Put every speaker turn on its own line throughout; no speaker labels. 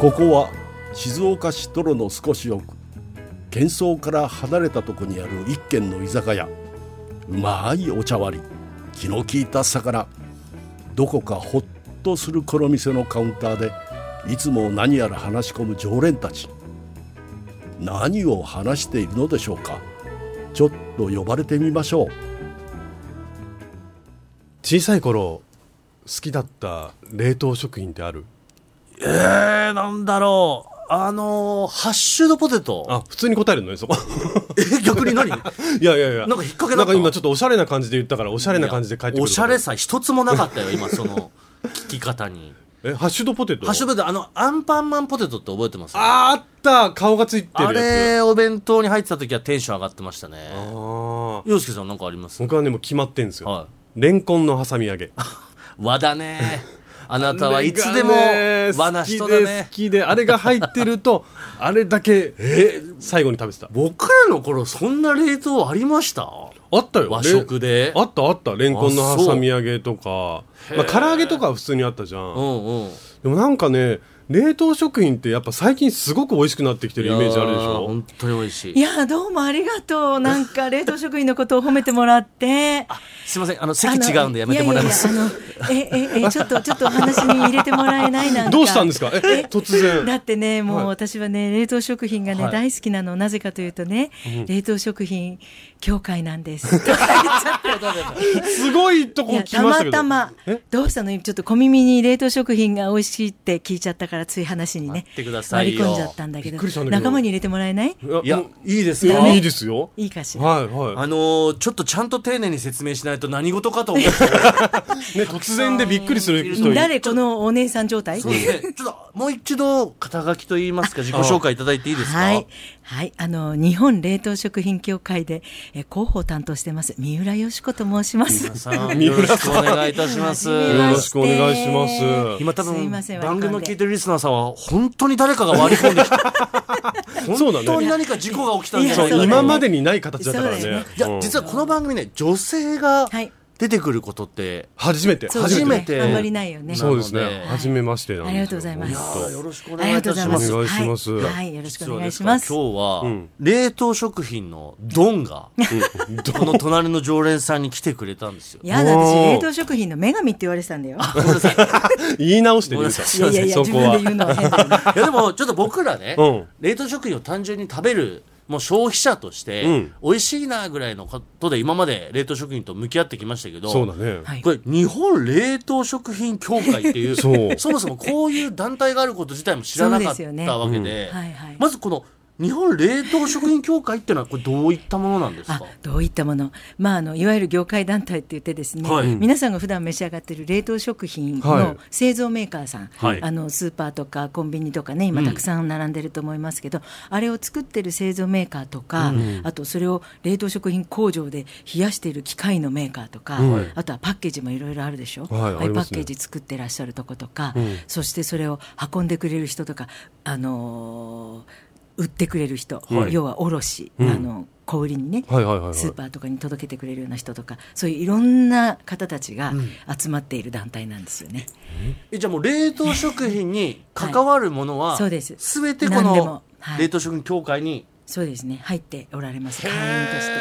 ここは静岡市泥の少し奥喧騒から離れたとこにある一軒の居酒屋うまいお茶割り気の利いた魚どこかほっとするこの店のカウンターでいつも何やら話し込む常連たち何を話しているのでしょうかちょっと呼ばれてみましょう
小さい頃好きだった冷凍食品ってある
えー、なんだろう。あのー、ハッシュドポテト。
あ普通に答えるのねそこ
え、逆に何なんか
いやいやいや
引っ掛けだ
な
っ
ん
た
か今ちょっとおしゃれな感じで言ったからおしゃれな感じで書いてくる
おしゃれさ一つもなかったよ、今、その、聞き方に。
えハッシュドポテト
ハッシュドポテト、あの、アンパンマンポテトって覚えてます
あーあった顔がついて
あ
るやつ
れ、お弁当に入ってた時はテンション上がってました
あ
ね。
ー
洋介さんなんかあります
僕はねもう決まってんですよ、
は
レンコンの挟み揚げ
い。和 だね。あな
あ
たはいつでも和な人だね
好。きであれが入ってる とあれだけえー最後に食べてた
僕らの頃、そんな冷凍ありました
あったよ
和食で
れんあったあったレンコンの挟み揚げとかまあ唐揚げとかは普通にあったじゃ
うんんうん。
でもなんかね冷凍食品ってやっぱ最近すごく美味しくなってきてるイメージあるでし
いやー
ょ
本当に美味しい
い。やどうもありがとうなんか冷凍食品のことを褒めてもらって
すいませ ん、あの、席違うんでやめてもらいます。
あのやいやいやあのえええちょっとちょっとお話に入れてもらえないなんか
どうしたんですかえ突然
だってねも
はいう
私はね冷凍食品がね、
はい
大好きなのなぜかというとね、冷凍食品協会なんで すい
すごいとこ
や
来
た
ましたけど
またま
え
どうしたのちょっと小耳に冷凍食品が美味しいって聞いちゃったからつい話にね
待ってください
割り
よ
込んじゃったんだけ
び
ど
っくりしたんだけど
仲間に入れてもらえない
いや
もう
いいです
い
よ
やいいですよ
いいかしら
はいは
あのーちょっとちゃんと丁寧に説明しないと何事かと思って。
いね突然でびっくりする人いる
誰このお姉さん状 態
そうですね。ちょっと、もう一度、肩書きといい ますか、自己紹介いただいていいですか
はい。はい。あの、日本冷凍食品協会で、え、広報を担当してます、三浦よし子と申します。
皆 さん、よろしくお願いいたします。
は
よ
い
ろしくお願いします
今多
すい
分、
ません
番組を聞いてるリスナーさんは、本当に誰かが割り込んでき た。
そう
本当
だ
に
ね
何か事故が起きたんじゃ
そ
な いう
そうだ
う
ね
今までにない形だったから
そうだ
ね
よね
いや、
うん
実はこの番組ね、女性が
はい
出てくることって、
初めて
そう
初めて
あんまりないよね。
そうです
なので
ね初めましてなんですよ
ありがとうございます
本当
そう
あーよろしくお
あり
願い
が
い
とう
た
ご
し
ざい
ま
ますす。。
お願いします
はいはい、よろしくお願いし
今
ま
日
す。
は、
ん
冷凍食品のドンが、この隣の常連さんに来てくれたんですよ。
やだ、私、
おー
冷凍食品の女神って言われてたんだよ。
ごめんなさい。
言い直してる
いやいやいや、
そ
自
こ
分
は
で言うのは変だよね。
いやでもちょっと僕らね、
うん
冷凍食品を単純に食べるもう消費者として、
うん
美味しいなぐらいのことで今まで冷凍食品と向き合ってきましたけど
そうだね
はい
これ日本冷凍食品協会ってい う
そう
もそもこういう団体があること自体も知らなかっ
そうですよね
たわけで
うんはいはい
まずこの日本冷凍食品協会っていうのはこれどういったものなんです
あ
か
どういったもの,、まあ、あのいわゆる業界団体って言ってですね、
はい
皆さんが普段召し上がってる冷凍食品
はい
の製造メーカーさん、
はい
あのスーパーとかコンビニとかね今たくさん並んでると思いますけど、あれを作ってる製造メーカーとか、あとそれを冷凍食品工場で冷やしてる機械のメーカーとか、あとはパッケージもいろいろあるでしょ、
はい
あ
あ
あい
り
うパ
ます
ッ
ね
ケージ作ってらっしゃるとことか、そしてそれを運んでくれる人とかあのー売ってくれる人、
はい
要は卸、あの小売りにね、
はいはいはいはい
スーパーとかに届けてくれるような人とかそういういろんな方たちが集まっている団体なんですよね。
えじゃあもう冷凍食品に関わるものは、
はいそうです
全てこ
何で
の
もはい
冷凍食品協会に
そうですね入っておられます会員として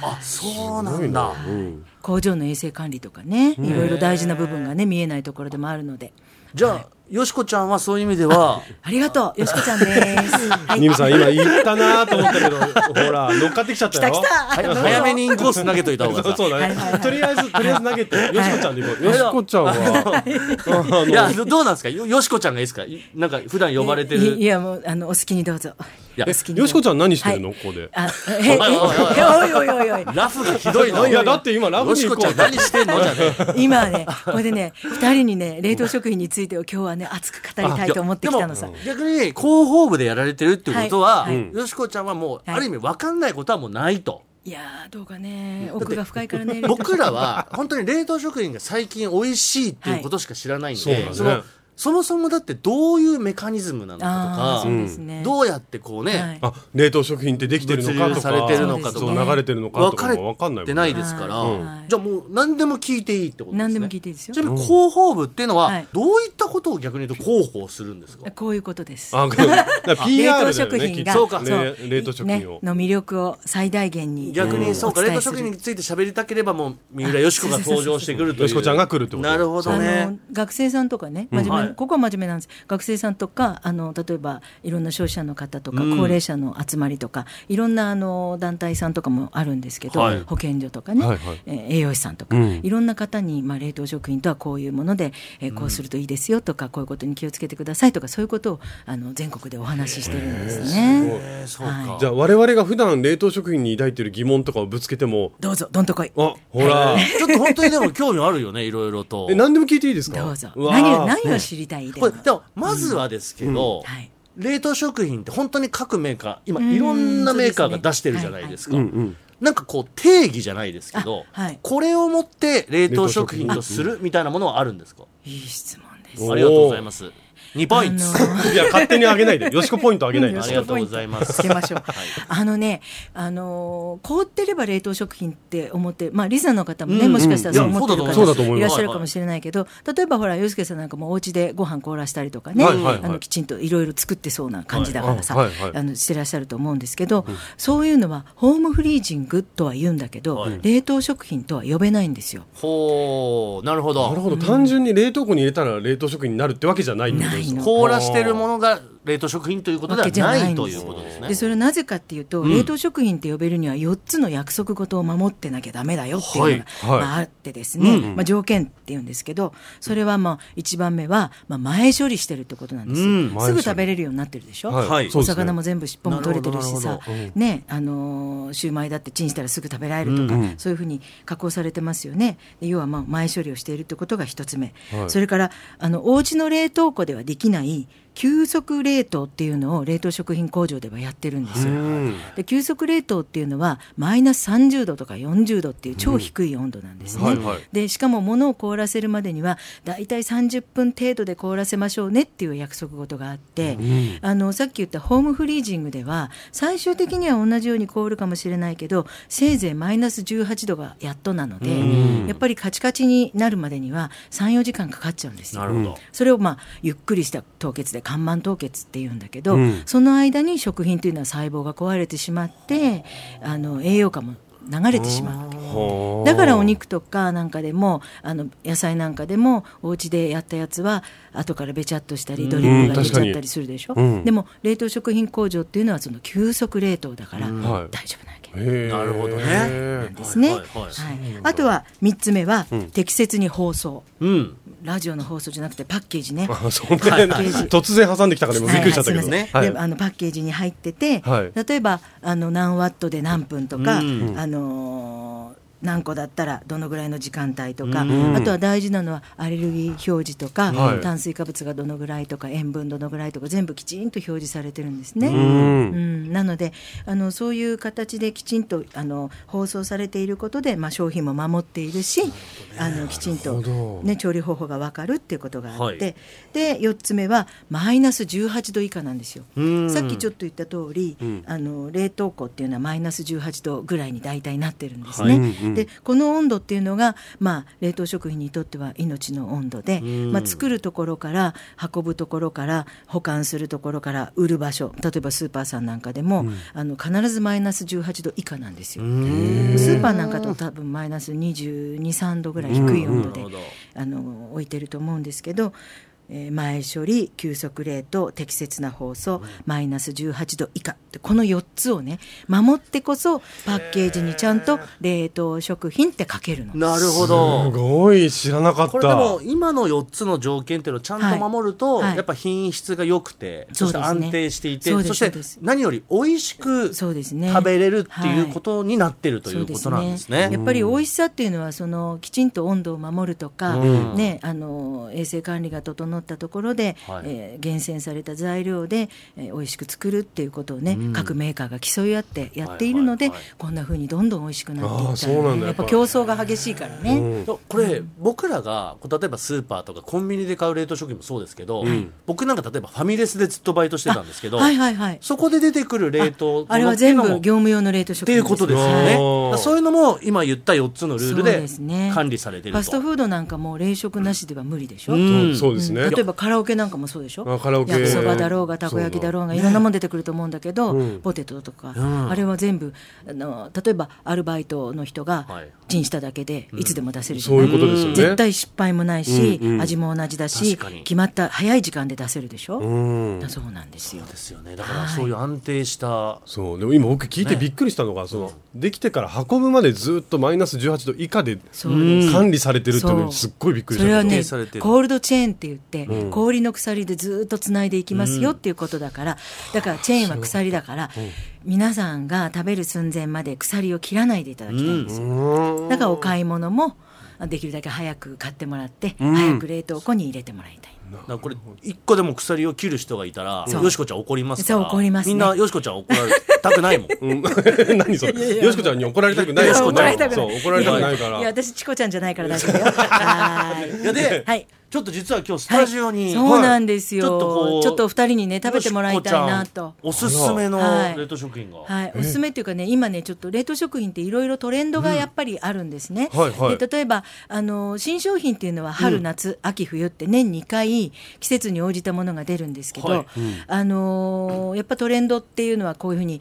あそうなんだ
うん
工場の衛生管理とかねいろいろ大事な部分がね見えないところでもあるので
じゃあ、よしこちゃんはそういう意味 では、
ありがとうよしこち ゃんです。はい
ニムさん今言ったなと思ったけどほら乗っかってきちゃったよ
来た
は早めにインコース投げといた方
そ
が
うそう
さ。
だ
はいはいは
ね
い
とりあえずとりあえず投げてよしこちゃんでいこうよしこちゃんは
いや、どうなんですかよよしこちゃんがいいですかいなんか普段呼ばれて
いい
る。
やもうあのお好きにどうぞ。
いや
お好きにど
よ
う
し
ぞ
こちゃん何してるの
はい
ここで
あえええ
おいおいおいおい
えおいおいおいおい
ラフがひどいの。
いやだって今ラブ
よ
に
し
行こ
こちゃ
うん
何してんのじゃね
今はねこれでね二人にね冷凍食品についてを今日はね熱く語りたいと思ってきたのさ
い。やでも逆に広報部でやられてるってことは、
はいは
よしこちゃんはもう、
はい
ある意味分かんないことはもうないと。
いやーどうかね奥が深いからね
僕らは本当に冷凍食品が最近美味しいっていうことしか知らないんで、
はいそうだね
のそもそもだってどういうメカニズムなの
あ
か
あそ
と
う
か、
ですね、
どうやってこうね、
はい
あ冷凍食品ってできてるのか
物
と
流
か
されてるのかとか
そう流れてるのかとかも分かんないも
って
ん
な
ね
いですから、
はい
じゃあもう何でも聞いていいってことですね。
何でも聞いていいですよ
ちなみに広報部っていうの
は
はいどういったことを逆に言うと広報するんですか、
こういうことです
あ、ごめんだから PR だよ
冷凍食
ね。
品
きっ
が
と
そうか
ね
そう
冷凍食
ね
品を。
の魅力を最大限に
逆
う
に
ん
そうか
お
冷凍
伝えする
食品について喋りたければもう三浦よしこが登場してくるという
よしこちゃんが来るってこと
なるほど
あ
ね
の学生さんとかね真面目、
はい
ここは真面目なんです学生さんとかあの例えばいろんな消費者の方とか、
うん
高齢者の集まりとかいろんなあの団体さんとかもあるんですけど、
はい
保健所とかね、
はいはい
えー栄養士さんとか、
うん
いろんな方に、まあ、冷凍食品とはこういうもので、えーこうするといいですよとか、こういうことに気をつけてくださいとかそういうことをあの全国でお話ししてるんですね。
えーそうか、
は
じゃあ我々が普段冷凍食品に抱いてる疑問とかをぶつけても、
どうぞどんとこい
あ、ほら、
ちょっと本当にでも興味あるよねいろいろと
え、何でも聞いていいですか。
どうぞ
わ
何を
あ
何を知りたいで
こ
も
れでもまずはですけど、
はい
冷凍食品って本当に各メーカー今
ん
いろんなメーカーが出してるじゃないですか
うんうん。
なんかこう定義じゃないですけど、
あはい
これをもって冷凍食品とするみたいなものはあるんですか
いい質問です。
おー
ありがとうございます2ポイント
あの
いや勝手にあげないで、よしこポイントあげないで。
うん
あり
よし
が
こと
うございます。
つけましょう
はい
あのね、あのー凍ってれば冷凍食品って思って、まあ、リスナーの方もね、
うん
もしかしたらそう思ってる
いやそうだ
と
方
思
い
い
ら
ま
っ
す
しゃるかもしれないけど、例えばほら、洋介さんなんかもお家でご飯凍らしたりとかね、
はいはいはい
あのきちんといろいろ作ってそうな感じだからさ、
はいはいはい
あのしてらっしゃると思うんですけど、そういうのはホームフリージングとは言うんだけど、
はい
冷凍食品とは呼べないんですよ。
ほうなるほど
なるほど、単純に冷凍庫に入れたら冷凍食品になるってわけじゃないってことです
ないの
凍らしてるものが冷凍食品ということではないということですね
でそれはなぜかっていうと、
ん
冷凍食品って呼べるには4つの約束事を守ってなきゃダメだよっていうのが、
はいはい
まあ、あってですね、まあ、条件っていうんですけどそれはまあ一番目は、まあ、前処理してるってことなんですよ、
うん
前処
す
理
ぐ食べれるようになってるでしょ、
はい
はい
そう
お
ですね
魚も全部尻尾も取れてるし
な
さ
る、
ねあのーシューマイだってチンしたらすぐ食べられるとか、そういうふうに加工されてますよねで要はまあ前処理をしているってことが一つ目、
はい
それからあのお家の冷凍庫ではできない急速冷凍っていうのを冷凍食品工場ではやってるんですよ。
うん
で急速冷凍っていうのはマイナス30度とか40度っていう超低い温度なんですね。
はいはい
でしかも物を凍らせるまでにはだいたい30分程度で凍らせましょうねっていう約束事があって、あのさっき言ったホームフリージングでは最終的には同じように凍るかもしれないけどせいぜいマイナス18度がやっとなのでやっぱりカチカチになるまでには34時間かかっちゃうんですよ。
なるほど、
それをまあゆっくりした凍結で緩慢凍結っていうんだけど、
ん
その間に食品というのは細胞が壊れてしまってあの栄養価も流れてしまう。
はあ
だからお肉とかなんかでもあの野菜なんかでもお家でやったやつは後からべちゃっとしたりドリップが出ちゃったりするでし
う
ょ、
ん確かにうん
でも冷凍食品工場っていうのはその急速冷凍だから大丈夫な
は
わ
い
け、
へえ
なるほどね
へ
ですね、
はいはいはい
はいあとは3つ目は適切に包装、
うん
ラジオの放送じゃなくてパッケージ ね
えあ、そんな突然挟んできたから今びっくりしちゃったけ
はい
ど
はいすいません
はい
であのパッケージに入ってて、
はい
例えばあの何ワットで何分とか、
うん
あのー何個だったらどのぐらいの時間帯とか、
うん
あとは大事なのはアレルギー表示とか、
はい
炭水化物がどのぐらいとか塩分どのぐらいとか全部きちんと表示されてるんですね。
うん
うんなのであのそういう形できちんとあの放送されていることで、まあ、商品も守っているしあのきちんと
なるほ、ど
ね、調理方法が分かるっていうことがあって、
はい
で4つ目はマイナス18度以下なんですよ。
うん
さっきちょっと言った通り、あの冷凍庫っていうのはマイナス18度ぐらいに大体なってるんですね。
はい
でこの温度っていうのが、まあ、冷凍食品にとっては命の温度で、まあ、作るところから運ぶところから保管するところから売る場所例えばスーパーさんなんかでも、あの必ずマイナス18度以下なんですよ。スーパーなんかと多分マイナス223度ぐらい低い温度で、
うんなるほど
あの置いてると思うんですけど、えー前処理急速冷凍適切な包装マイナス18度以下ってこの4つをね守ってこそパッケージにちゃんと冷凍食品って書けるの。
なるほ
す
ど
ごい知らなかった
これでも今の4つの条件っていうのをちゃんと守ると、
はいはい
やっぱ品質が良くてそして
そうですね
安定していて
そ
そ,、
うですそう
し
で
て
す
何より美味しく
そう
食
ですね
べれるっていう
はい
ことになってるとい
そう
うことなんですね。
やっぱり美味しさっていうのはそのきちんと温度を守るとか、ねあの衛生管理が整っ整ったところで、
はい
えー厳選された材料で、えー美味しく作るっていうことをね、
うん
各メーカーが競い合ってやっているので、
はいはいはい
こんな風にどんどん美味しくなってい
あー
った
そうなんだ
や
や
っ
っ
ぱ
ぱ
競争が激しいからね。
うん
これ僕らがこう例えばスーパーとかコンビニで買う冷凍食品もそうですけど、僕なんか例えばファミレスでずっとバイトしてたんですけど、
はいはいはい。
そこで出てくる冷凍
あれは全部
物っていうのも
業務用の冷凍
っ
食
て
品
いうことですよ
あ
ね。
ー
だからそういうのも今言った4つのルール
そうですね
で管理されてると。
ファストフードなんかもう冷食なしでは無理でしょ。
うん
そうそうですね、
例えばカラオケなんかもそうでしょ
あカラオケ
焼きそばだろうがたこ焼きだろうがいろんなもん出てくると思うんだけど、
うん
ポテトとか、
ん
あれは全部あの例えばアルバイトの人
は
が
い
チンしただけでいつでも出せるじゃ
そう
ない
いうことですよね
絶対失敗もないし、
うんうん
味も同じだし
確かに
決まった早い時間で出せるでしょ、
うん
そうなんですよ
ですよね。だからそういう安定した。
そうでも今僕聞いてびっくりしたのが、そのできてから運ぶまでずっとマイナス18度以下で
そうです
うん管理されてるっていうの
そう
にすっごいびっくりし
そ
た
れは
指
ね
定されてる
コールドチェーンって言って、氷の鎖でずっとつないでいきますよっていうことだから、だからチェーンは鎖だから、皆さんが食べる寸前まで鎖を切らないでいただきたいんですよ、だからお買い物もできるだけ早く買ってもらって、早く冷凍庫に入れてもらいたい
だからこれ一個でも鎖を切る人がいたら、
そう
よしこちゃん怒りますから。
そう怒りますね
みんなよしこちゃん怒られたくないもん。
うん 何 それよしこちゃんに怒られたくない
よし
そ
こ
う
ちゃんに
そう怒られたくないか
や
ら
私チコちゃんじゃないから大 丈夫よは ーい
いやで
はい
ちょっと実は今日スタジオに、
そうなんですよ、
ちょっとこう
ちょっとお二人にね食べてもらいたいな
よし
と
こちゃんおすすめの
はい
冷凍食品が。
はい、おすすめっていうかね今ねちょっと冷凍食品っていろいろトレンドがやっぱりあるんですね。
うんはいはい
で例えばあの新商品っていうのは春夏、秋冬って年2回季節に応じたものが出るんですけど、
はい
あのーやっぱトレンドっていうのはこういうふうに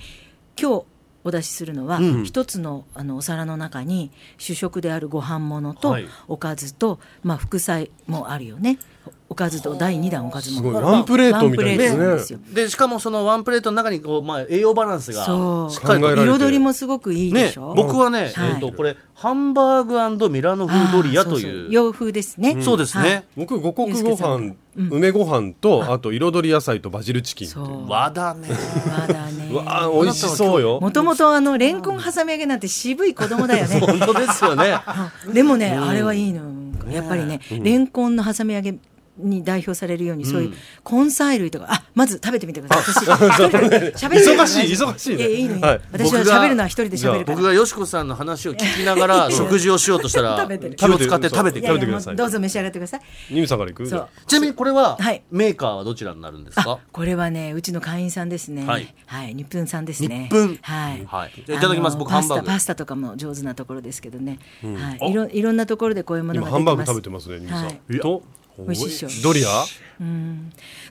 今日お出しするのは、一つのあのお皿の中に主食であるご飯物と、
はい
おかずと、まあ、副菜もあるよねおかずと第2弾おかずも
すごいワンプレートみたい
ワンプレートなん
な
で
ですす
よ
ね
でしかもそのワンプレートの中にこうまあ栄養バランスが
そう
しっかり
考え
と
られて
彩りもすごくいいで
ね
しょ、
僕はね、
はい
えっとこれハンバーグミラノ風ドリアと
あーそ
いう
そ洋風ですね、
そうです
は
ね
い、
僕五穀
ゆう
ご
すけさ
飯、梅ご飯とあと彩り野菜とバジルチキン
そう
和だね
和だね
う わあ美味しそうよ
もともとあのレンコン挟み揚げなんて渋い子供だよね
本当ですよね
でもね、あれはいいのよやっぱりね、レンコンの挟み揚げに代表されるように、そういう根菜類とかあまず食べてみてください私一人で喋るのは
忙しい忙しいね
やいいのよ、
はい
私は
僕が
喋るのは一人で喋るから
僕がよしこさんの話を聞きなが ら食事をしようとしたら
食べてる
気を使って食べて
い
く
やい
食べ
る
や
てください
もうどうぞ召し上がってください
ニムさんからいく
そう
ちなみにこれは
はい
メーカーはどちらになるんですか
これはねうちの会員さんですねは
はいい、
日分さんです
日
ね
分
はい、
はいじゃあいただきます
あの
僕ハンバーグ
パスタパスタとかも上手なところですけどね、はいいろいろんなところでこういうものが
今
出
ハ
て
ンバー
ま
グ
す
食べてますねニムさん、
はい
と
美味しいっしょ
ドリア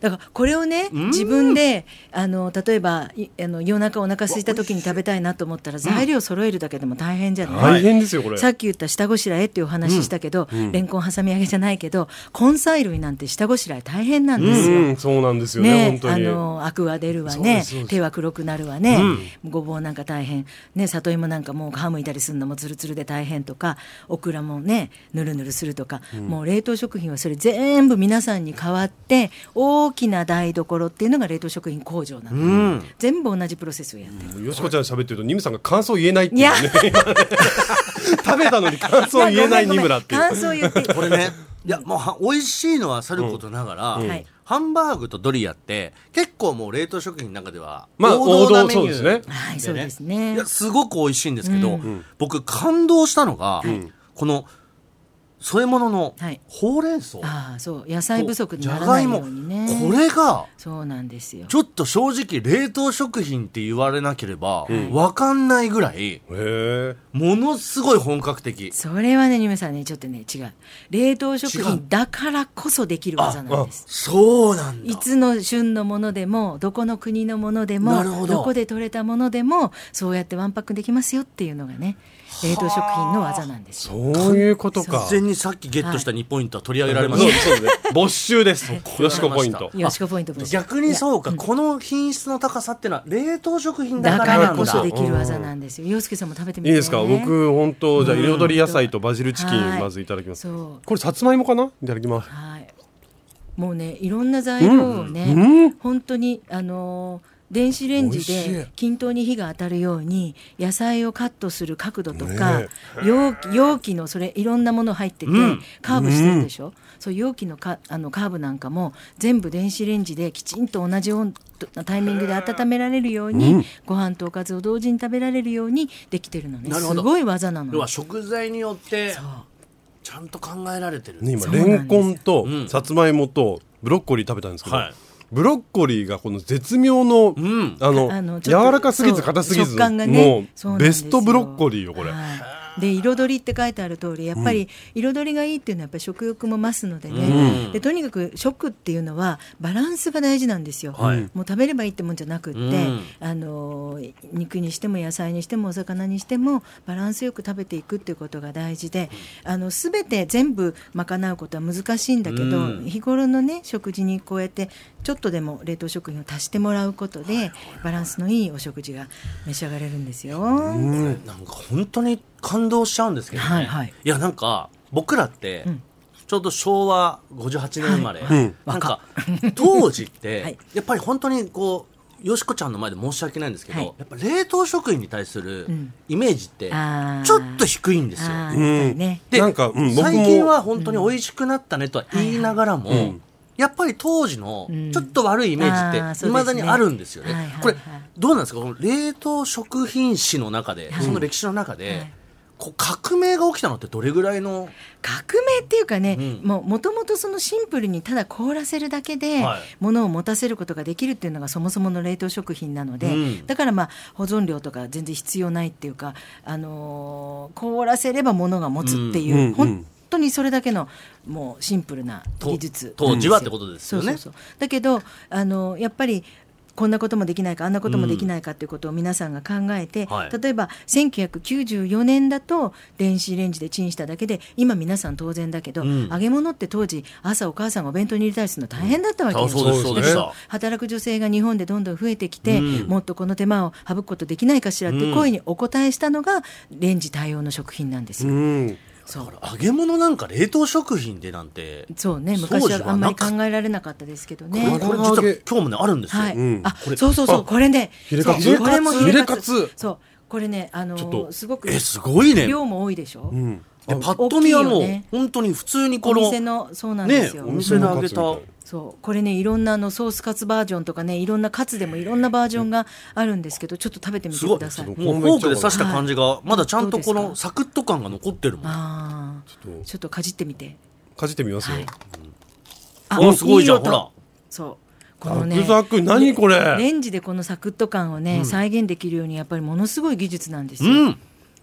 だからこれをね自分であの例えばいあの夜中お腹空いた時に食べたいなと思ったら材料揃えるだけでも大変じゃない、
大変ですよこれ
さっき言った下ごしらえっていうお話したけど、レンコン挟み揚げじゃないけど根菜類なんて下ごしらえ大変なんですよ、
うんそうなんですよね
ね
本当
あ
に
のアクは出るわ
そうで
ね
すそうです
手は黒くなるわね、ごぼうなんか大変ね里芋なんかもう皮むいたりするのもつるつるで大変とかオクラもねぬるぬるするとか、もう冷凍食品はそれ全部皆さんに代わって大きな台所っていうのが冷凍食品工場なの、全部同じプロセスをやってる、
よしこちゃん喋ってるとニムさんが感想言えないってい
いう
ね
や
食べたのに感想言えないニムラっていう
感想 言っていい
これ ねいやもうは美味しいのはさることながら、
んはい
ハンバーグとドリアって結構もう冷凍食品の中では
まあ
王道なメ
王
ニュー、
道そうですね
はいそうですね
いやすごく美味しいんですけど、僕感動したのが、この添え物の
はい
ほうれん草、
ああそう野菜不足に
じ
な
ゃ
らな
が
い
い
よ
も
うにね
これが
そうなんですよ
ちょっと正直冷凍食品って言われなければわかんないぐらい
へえ
ものすごい本格的
それはね、ニムさんね、ちょっとね、違う。冷凍食
違う
品だからこそできる技なんです。
そうなん
い
だ
つの旬のものでも、どこの国のものでも、
なるほ
ど
ど
こで取れたものでも、そうやってワンパックできますよっていうのがね、冷凍食品の技なんですよ。
そういうことか
完全にさっきゲットした2ポイントは取り上げられま
そ
し
う
た、
そうね没収ですよしこポイント
よしこポイントも
逆にそうかこの品質の高さってのは冷凍食品だ
だ
か
からら
なん
こそ
だ
できる技なんですよ。洋介さんも食べて
い
みて、
い
ね。
ですか僕本当じゃあ彩り野菜とバジルチキ
はい
ンまずいただきます
そう。
これさつまいもかないただきます
はい。もうね、いろんな材料をね、本当に、あのー電子レンジ
美味し
で
い
均等に火が当たるように野菜をカットする角度とか、
ね
容器容器のそれいろんなもの入ってて、カーブしてるでしょ、そういう容器のかあのカーブなんかも全部電子レンジできちんと同じ温度タイミングで温められるように、ご飯とおかずを同時に食べられるようにできてるのね
な
す
るほど
ごい技なの
要は食材によってちゃんと考えられてる、
ね、今
そうな
レ
んです
ンコンとさつまいもとブロッコリー食べたんですけど、
はい
ブロッコリーがこの絶妙の、
ん
あの
あのち
柔
ょっと
らかすぎず
そう
硬すぎず、
食感がねそう
も
な
うん
で
ベ
す
ス
よ
トブロッコリーよこれ、
はいで彩りって書いてある通りやっぱり彩りがいいっていうのはやっぱり食欲も増すのでね、でとにかく食っていうのはバランスが大事なんですよ、
はい
もう食べればいいってもんじゃなくって、
うん
あのー肉にしても野菜にしてもお魚にしてもバランスよく食べていくっていうことが大事であの全て全部賄うことは難しいんだけど、
うん
日頃のね食事にこうやってちょっとでも冷凍食品を足してもらうことでバランスのいいお食事が召し上がれるんですよ。
なんか本当に感動しちゃうんですけどね、
はいいはい
やなんか僕らって、
うん
ちょうど昭和58年生まれ、
はい
うん
なんか当時って、
はい
やっぱり本当にこうよしこちゃんの前で申し訳ないんですけど、
はい
やっぱ冷凍食品に対する
うん
イメージって
あー
ちょっと低いんですよ。
あ
う
ー
ん
ね
で
なんか、うん、僕も
最近は本当に美味しくなったねとは言いながらも、
はいはいうん
やっぱり当時の
うん
ちょっと悪いイメージ
あー
って
そうですね
いまだにあるんですよね。
はいはいはい
これどうなんですかこの冷凍食品史の中で、
はい
その歴史の中で、
はい
こう革命が起きたのってどれぐらいの、
革命っていうかね、
うん
もうもともとそのシンプルにただ凍らせるだけで
はい
物を持たせることができるっていうのがそもそもの冷凍食品なので、
うん
だからまあ保存料とか全然必要ないっていうか、あのー凍らせれば物が持つっていう、
うんうんうん
本当にそれだけのもうシンプルな
と
技術
当時はってことですよね
そうそうそうだけどあのやっぱりこんなこともできないかあんなこともできないかっていうことを皆さんが考えて、
はい
例えば1994年だと電子レンジでチンしただけで今皆さん当然だけど、
うん
揚げ物って当時朝お母さんがお弁当に入れたりするの大変だったわけ
あそうですそう
そうで
で
す
し
ね
た。
働く女性が日本でどんどん増えてきて、
うん
もっとこの手間を省くことできないかしらって声にお答えしたのがレンジ対応の食品なんですよ。
うん
そう
だから揚げ物なんか冷凍食品でなんて、
そうね
当時は
昔はあんまり
な
考えられなかったですけどね。
これこれ実は
唐揚げ
今日もねあるんですよ。
はい、
ん
あ
これ
そうそうそうこれね
ヒレカツ
そうこれも
ヒ
ヒ
レ
レ
カ
カ
ツ
ツそうこれねあの
ちょっと
すごく
えすごいね。
量も多いでしょ、
うん
でパッと見はもう、
大きいよね
本当に普通にこ
お
の
店のそうなんですよ、
ねお店で揚げた
そうこれねいろんなあのソースカツバージョンとかねいろんなカツでもいろんなバージョンがあるんですけどちょっと食べてみて
すご
く
い
ださい
もう
ちょっと
フォークで刺した感じがまだちゃんとこ
どう
の
です
サクッと感が残ってるもん
ああ
ちょっと
ちょっとかじってみて
かじってみますよ、
はい
あすごいじゃんほら
そうこのね
ザクザク何これ
レンジでこのサクッと感をね、再現できるようにやっぱりものすごい技術なんです
う
よ、
ん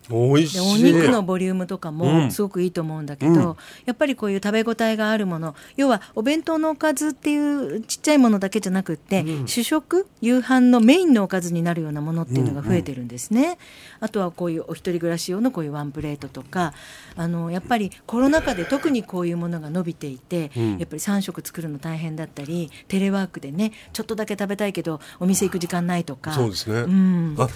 美味し
で
い
お肉のボリュームとか
うん
もすごくいいと思うんだけど、
うん
やっぱりこういう食べ応えがあるもの要はお弁当のおかずっていうちっちゃいものだけじゃなくって、主食夕飯のメインのおかずになるようなものっていうのが増えてるんですね、あとはこういうお一人暮らし用のこういうワンプレートとかあのやっぱりコロナ禍で特にこういうものが伸びていて、やっぱり3食作るの大変だったりテレワークでねちょっとだけ食べたいけどお店行く時間ないとか。
そうですね、
ん
あ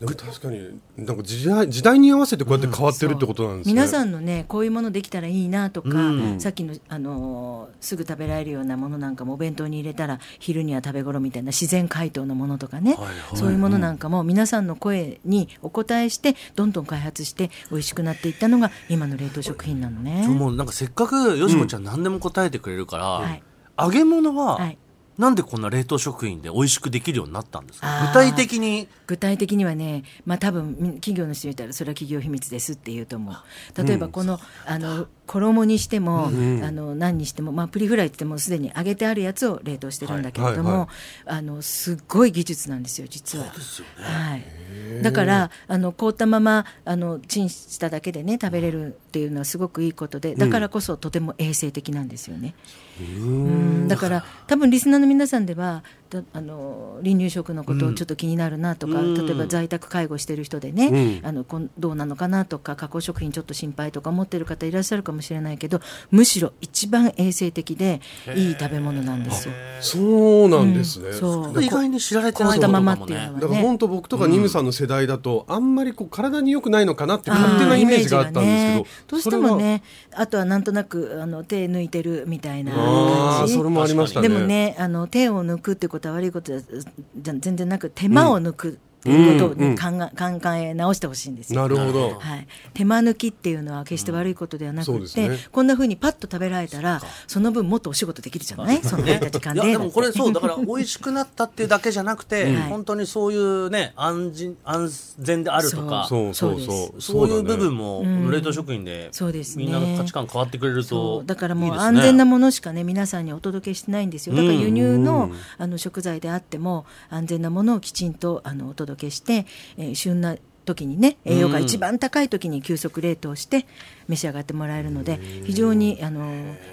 でも確かになんか時代時代に合わせてこうやって変わってるってことなんですね、
皆さ
ん
んのねこういうものできたらいいなとか、
うん
さっきの、あのーすぐ食べられるようなものなんかもお弁当に入れたら昼には食べ頃みたいな自然解凍のものとかね、
はいはい
そういうものなんかも皆さんの声にお応えしてどんどん開発して美味しくなっていったのが今の冷凍食品なのね。
もうなんかせっかくよしこちゃん何でも答えてくれるから、
はい
揚げ物は、
はい
なんでこんな冷凍食品で美味しくできるようになったんですか
あー
具体的に
具体的にはね、まあ、多分み企業の人に言ったらそれは企業秘密ですって言うと思う例えばこの,、あの衣にしても、あの何にしても、まあ、プリフライってもうすでに揚げてあるやつを冷凍してるんだけれども、
はいは
あのすっごい技術なんですよ実は。
ですよね
はい、だからあの凍ったままあのチンしただけでね食べれるっていうのはすごくいいことでだからこそとても衛生的なんですよね。うんだから多分リスナーの皆さんではだあの離乳食のことをちょっと気になるなとか、
うん
例えば在宅介護してる人でね、あのこんどうなのかなとか加工食品ちょっと心配とか思ってる方いらっしゃるかもしれないけどむしろ一番衛生的でいい食べ物なんですよ。
そうなんですね、
うんそう
意外に知られて
凍
ないこ
った
とか
まま
も
っていう
ね
のは
だから
ね。
本当僕とかニムさんの世代だと、あんまりこう体に良くないのかなって勝手なイメージがあったんですけど、
あーイメージがねどうして
そ
も
れは
ねあとはなんとなくあの手抜いてるみたいな
あ
感
ー
じ
それもありましたね
でもねあの手を抜くってことは悪いことじゃじゃ全然なく手間を抜くっていうことをね、考え考え直してほしいんですよ。
なるほど。
はい、手間抜きっていうのは決して悪いことでは
う
な
んそう
く
で
て、
すね
こんなふうにパッと食べられたらその分もっとお仕事できるじゃないその空いた時間
い
で
やでもこれ
だって
そうだから美味しくなったっていうだけじゃなくて、
うん
本当にそういうね安心安全であるとかそう
そうそう
そう
そう。
いう部分
も。
も、
ん
冷凍食品で
そうですね
みんなの価値観変わってくれる
そ
と
うだからも
いうい
い
です
安
ね
全なものしかね皆さんにお届けしてないんですよだから輸入
う
の
ん
あの食材であっても安全なものをきちんとあのお届けして、えー旬な時にね栄養が一番高い時に急速冷凍して召し上がってもらえるので非常にあの、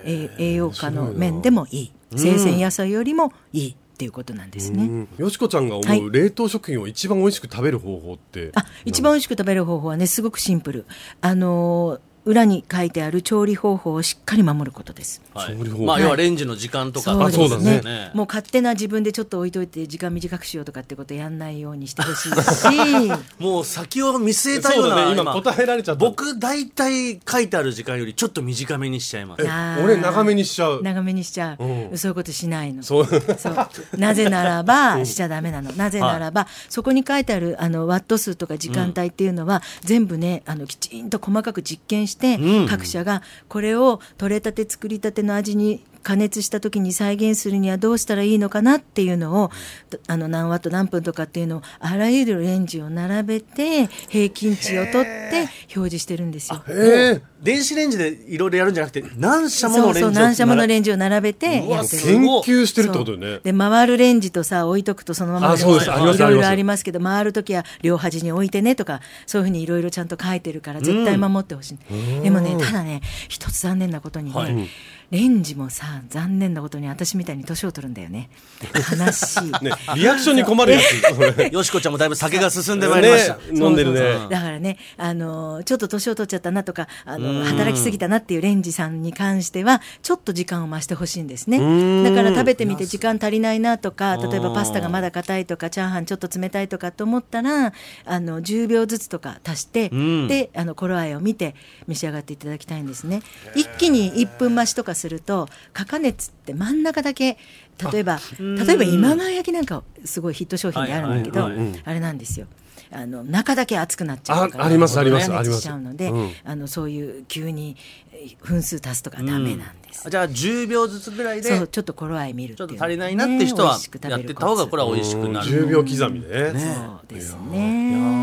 えー栄養価の面でもいい生鮮野菜よりもいいっていうことなんですね。
うんよしこちゃんが
は
思う
い
冷凍食品を一番美味しく食べる方法って。
あ一番美味しく食べる方法はねすごくシンプルあのー裏に書いてある調理方法をしっかり守ることです。
はい
調理方法
まあ
はい
要はレンジの時間とか
あそうだね
もう勝手な自分でちょっと置いといて時間短くしようとかってことやんないようにして ほしいし
もう先を見据えた
そ
よ
う
うな
だね。今答えられちゃった。
僕大体書いてある時間よりちょっと短めにしちゃいます
え
あー
俺長めにしちゃう。
長めにしちゃう、
うん
そういうことしないの
そう。
そうなぜならばしちゃダメなのなぜならば、そこに書いてあるあのワット数とか時間帯っていうのは、全部ねあのきちんと細かく実験して、各社がこれを取れたて作りたての味に加熱した時に再現するにはどうしたらいいのかなっていうのをとあの何ワット何分とかっていうのをあらゆるレンジを並べて平均値を取って表示してるんですよ。
ええ。
電子レンジでいろいろやるんじゃなくて何社も
そ
のレン
う
ジ
そ
を
う何社ものレンジを並べて
うわ
やってる
研究してるってことよね。
で回るレンジとさ置いとくとそのまま
あそうですあります
いろいろ
あ
あ
り
りますけど回る時は両端に置いてねとかそういうふうにいろいろちゃんと書いてるから絶対守ってほしい、でもねただね一つ残念なことにね、
はい
レンジもさ残念なことに私みたいに年を取るんだ よね悲しい
ね、リアクションに困るやつ。これ
よしこちゃんもだいぶ酒が進んでまいりました、
ね 飲んでる
そうそう
ね
そう。だからね、あのーちょっと年を取っちゃったなとか、あのー働きすぎたなっていうレンジさんに関しては、ちょっと時間を増してほしいんですね。だから食べてみて時間足りないなとか、例えばパスタがまだ硬いとか、チャーハンちょっと冷たいとかと思ったら、あの、10秒ずつとか足して、で、あの、頃合いを見て召し上がっていただきたいんですね。一気に1分増しとかすると、加加熱って真ん中だけ、例えば、例えば今川焼きなんかすごいヒット商品であるんだけど、
はいはい
あれなんですよ。あの中だけ熱くなっちゃうから
あありますあります
加熱
あります
しちゃうので、
うん
あのそういう急にえー分数足すとかダメなんです。
じゃあ10秒ずつぐらいで
そうちょっと頃合い見るっ
ち
て
ょ
いう
っ
の
と
ね、
足りないなって人
美
は
味しく食べる
やってった方がこれは美味しくなる
10秒刻みで
コツ
ね。
そうですね。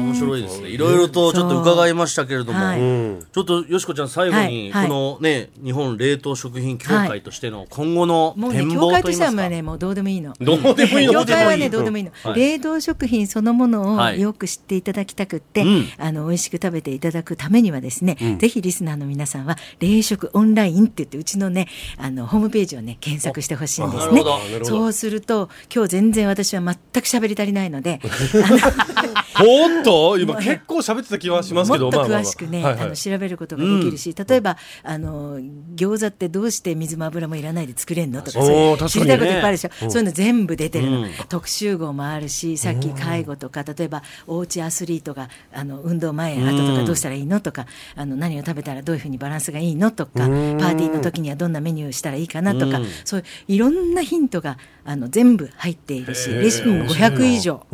面白いですねいろいろとちょっと伺いましたけれども、
はい
うん。
ちょっとよしこちゃん最後に、
はいはい
このね日本冷凍食品協会としての今後の
もうね
展
教
望
会
と
と
いい
して
ま
は
す
も
か、
うねもうどうでもいいの。
どうでもいいの。
業界はね
ど
ど
うで
うで
も
も
いい
いいの、
はい
冷凍食品そのものを
はい
よく知っていただきたくって、
うん
あの美味しく食べていただくためにはですね、ぜひリスナーの皆さんは冷食オンラインって言ってうちのねあのホームページをね検索してほしいんです
あなる
ね
ほど
なるほど
そうすると今日全然私は全く喋り足りないのであの
ほっと今結構喋ってた気はしますけど、
もっと詳しくね、
まあまあまあ
あ
はいは
の
い
調べることができるし、例えばあの餃子ってどうして水も油もいらないで作れるのとか
おー
そういう
確かに
知りたいこといっぱいあるでしょ、そういうの全部出てるの、特集号もあるしさっき介護とか例えばおうちアスリートがあの運動前後とかどうしたらいいのとかあの何を食べたらどういうふうにバランスがいいのとかパーティーの時にはどんなメニューしたらいいかなとか、そういういろんなヒントがあの全部入っているしレシピも500以上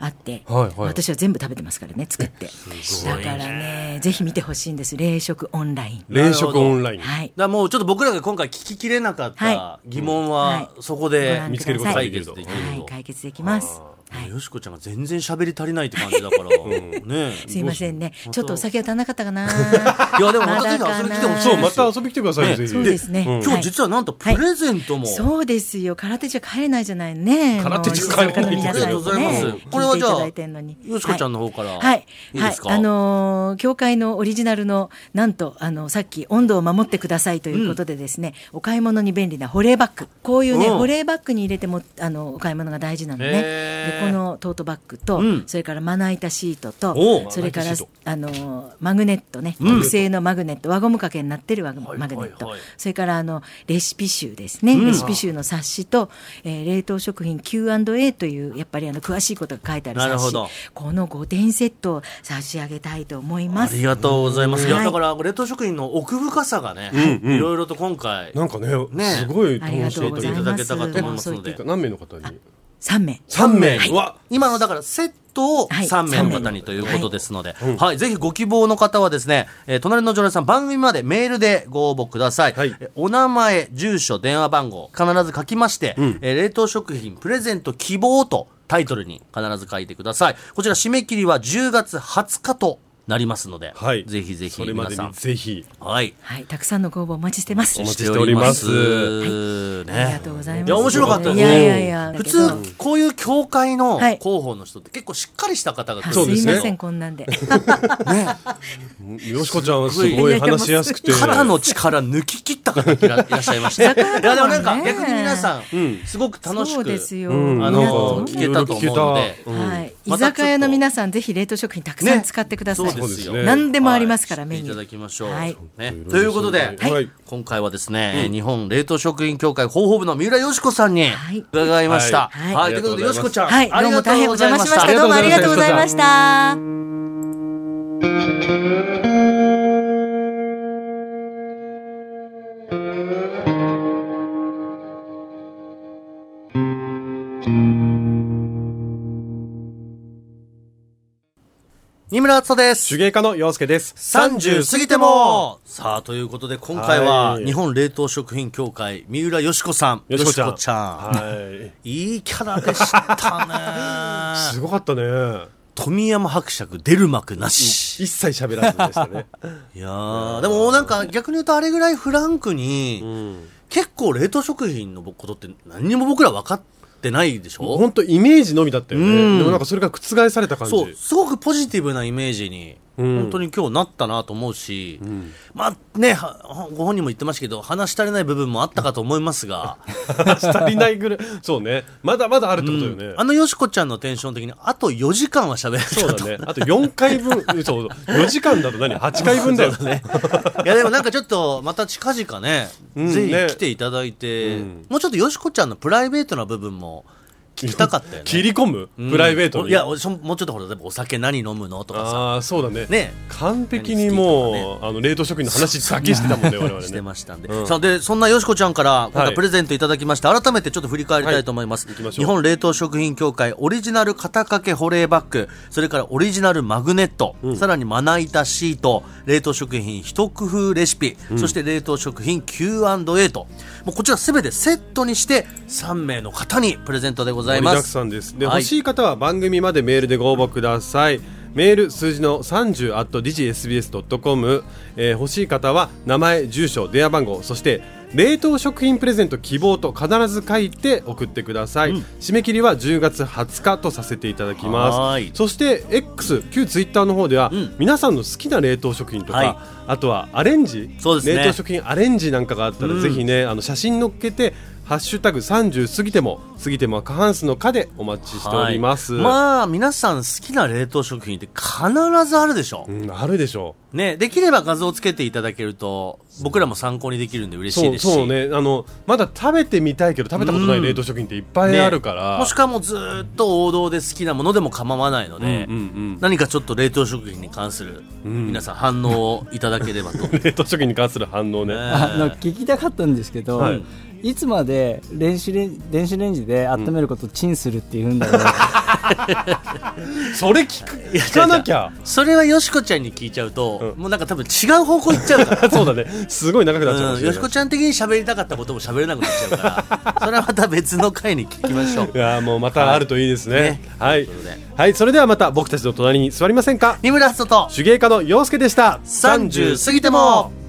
あって、
はいはい
私は全部食べてますからね作って、だからねぜひ見てほしいんです冷食オンライン
冷食オンライン。
は
だ
い
からもうちょっと僕らが今回聞ききれなかっ
は
た疑問
うん
は
は
そこで
ご覧ください
見つけることがで
解
きる
決
と
できる
はい
と。
解決できますはい
よしこちゃんが全然喋り足りないって感じだ から、ね
すいませんねちょっとお酒が足んなかったかな
いやでも
ま
またぜ
だ
ひ遊
か
びに来てほしい
な
そう、また遊びに来てください
ね
よ、ぜひ。
そうですね
うん
今日実はなんとプ
はい
レゼントも、
そうですよ空手じゃ帰れないじゃないね
空手じゃ帰れない
も
あ
う静岡の皆さんにね
りがとうございますこれはじゃあ
聞いていただいてんのに
よしこちゃんの方から、
はい、
い
は
で
い
す、か、
あのー教会のオリジナルのなんとあのさっき温度を守ってくださいということでですね、お買い物に便利な保冷バッグこういうね、
うん
保冷バッグに入れてもあのお買い物が大事なのね
へ
で
ー
このトートバッグと、
ん
それからまな板シート
お
と
う
それか
まな
ら
板シート
あのーマグネットね特製のマグネット輪ゴム掛けになってる輪ゴム
はい
マグネット、
はいはい
それからあのレシピ集ですね、レシピ集の冊子と、えー冷凍食品 Q&A というやっぱりあの詳しいことが書いてある
なるほ
冊子
ど
この5点セットを差し上げたいと思いま
あ
す。
りがとうございます。いや、
はい
だから、冷凍食品の奥深さがね、いろいろと今回、
なんかね、
ね
すごい
あり
楽
が
し
とうご
い
ざい
いただ
ま
け
す。
たかと思いますので
もうそう言って
何名の方に
3名。
三名
はいう
わ
今のだからセットを
はい
3名の
三名
方にということですので、はい
ん
ぜひご希望の方はですね、えー隣の常連さん番組までメールでご応募ください、
はい
えーお名前住所電話番号必ず書きまして、えー冷凍食品プレゼント希望とタイトルに必ず書いてくださいこちら締め切りは10月20日となりますので、
はい。
ぜひぜひ
それま
皆
で
さ
に
ん
ぜひ。
はい
はい、たくさんのご応募お待ちしてます。
お待ちしております
はい
あり
ね
がとうございます。
いや面白かったです
いやいやいや、
普通こういう協会の
はい
広報の人って結構しっかりした方が来る
そう
す
で
い
すね
ませんこんなんで。
よしこちゃんはすごい話しやすくて。
肩の力抜き切った方いらいらっしゃいました いやでもなんか逆に皆さんすごく楽し
そう
く
ですよ。
ん
あ
皆さん
の聞けたと思うので
いろいろ聞けたうん
はい、居
またちょっと
酒屋の皆さんぜひ冷凍食品たくさん使ってください。
ねそうですよ
そうですね
何でもありますから、
はい
メニ
知
ュ
っ
ー
ていただきましょう、
はい
ね、ということで、
はいはい
今回はですね、日本冷凍食品協会広報部の三浦よしこさんに
はい
伺いました、は
はいい
ということでよしこちゃん、
はい、
あ
ど
り
う
が
も
と
大
う
変お
ござ
邪
い
魔
ま
し
した
ました。どうもありがとうござい
あ
ま
り
し
がとうございました
た。
三村敦人です
手芸家の洋介です。
30過ぎてもさあ、ということで、今回は、
はい
日本冷凍食品協会、三浦よしこさん。
よしこちゃん
よしん
はい
いキャラで したね。
すごかったね。
富山伯爵、出る幕なし。
一切喋らずでした ね。
いやー、でもなんか逆に言うと、あれぐらいフランクに、結構冷凍食品のことって何にも僕ら分かってないでしょ
本当イメージのみだったよ
うん
ね。でもなんかそれが覆された感
そう、
じ。
すごくポジティブなイメージ
うん
に、本当に今日なったなと思うし、まあね、はご本人も言ってましたけど、話し足りない部分もあったかと思います が、
足りないぐらい。そうね。まだまだあるってことよね。
あのよしこちゃんのテンション的に、あと4時間は喋
そ
れ
うだ
たと。
ね。あと4回分、 そう、4時間だと何 ?8 回分だよ。ね。
いやでもなんかちょっとまた近々ね、
うん
ぜひ
ね
来ていただいて、
うん
もうちょっとよしこちゃんのプライベートな部分も聞きたかったよね。
切り込む
うん
プライベート
お
に。
いや、おしょもうちょっとほら、例えばお酒何飲むのとかさ、
ああ、そうだね。
ね、
完璧にもう、あの、冷凍食品の話だけしてたもん ね、我々
して
ね。
ましたんで、
うん
さあでそんなよしこちゃんから今
は
回
い
プレゼントいただきまして、改めてちょっと振り返りたいと思います、
い行きましょう
日本冷凍食品協会オリジナル肩掛け保冷バッグそれからオリジナルマグネット、さらにまな板シート冷凍食品一工夫レシピ、そして冷凍食品 Q&A ともうこちらすべてセットにして3名の方にプレゼントでござい
盛り
ま
だく
す
さんです。で、
はい
欲しい方は番組までメールでご応募ください。メール数字の30 at digsbs.com、えー欲しい方は名前、住所、電話番号、そして冷凍食品プレゼント希望と必ず書いて送ってください。締め切りは10月20日とさせていただき
は
ま
い
す。そして X、旧 Twitter の方では、
ん
皆さんの好きな冷凍食品とか、
はい
あとはアレンジ、
そうですね
冷凍食品アレンジなんかがあったら、ぜひね、あの写真載っけて、ハッシュタグ30過ぎても、過ぎてもは過半数のかでお待ちしております。
はいまあ皆さん好きな冷凍食品って必ずあるでしょ、
うん、あるでしょ
ね、できれば画像をつけていただけると僕らも参考にできるんで
う。
嬉しい
そう、
ですし
そうね、あの、まだ食べてみたいけど、食べたことな
う
い
ん
冷凍食品っていっぱいあるから。
もしくはもうずーっと王道で好きなものでも構わないので、
うんうん
何かちょっと冷凍食品に関する皆さん反応をいただければと。
冷凍食品に関する反応ね。
ね
あの聞きたかったんですけど、
はい
い、つまで電子レン電子レンジで温めることをチンするって言うんだろう、
それ聞く、聞かなきゃ。
それはよしこちゃんに聞いちゃうと、もうなんか多分違う方向行っち ゃうから。
そうだね、すごい長くなっちゃうかも
う
し
ん、
れな
よ
い
しこちゃん的に喋りたかったことも喋れなくなっちゃうから、 それはまた別の回に聞きましょう
い。やーもうまたあるといいですね。はい、はい
ということで
それではまた僕たちの隣に座りませんか。
三村篤人と
手芸家の洋介でした。
30過ぎても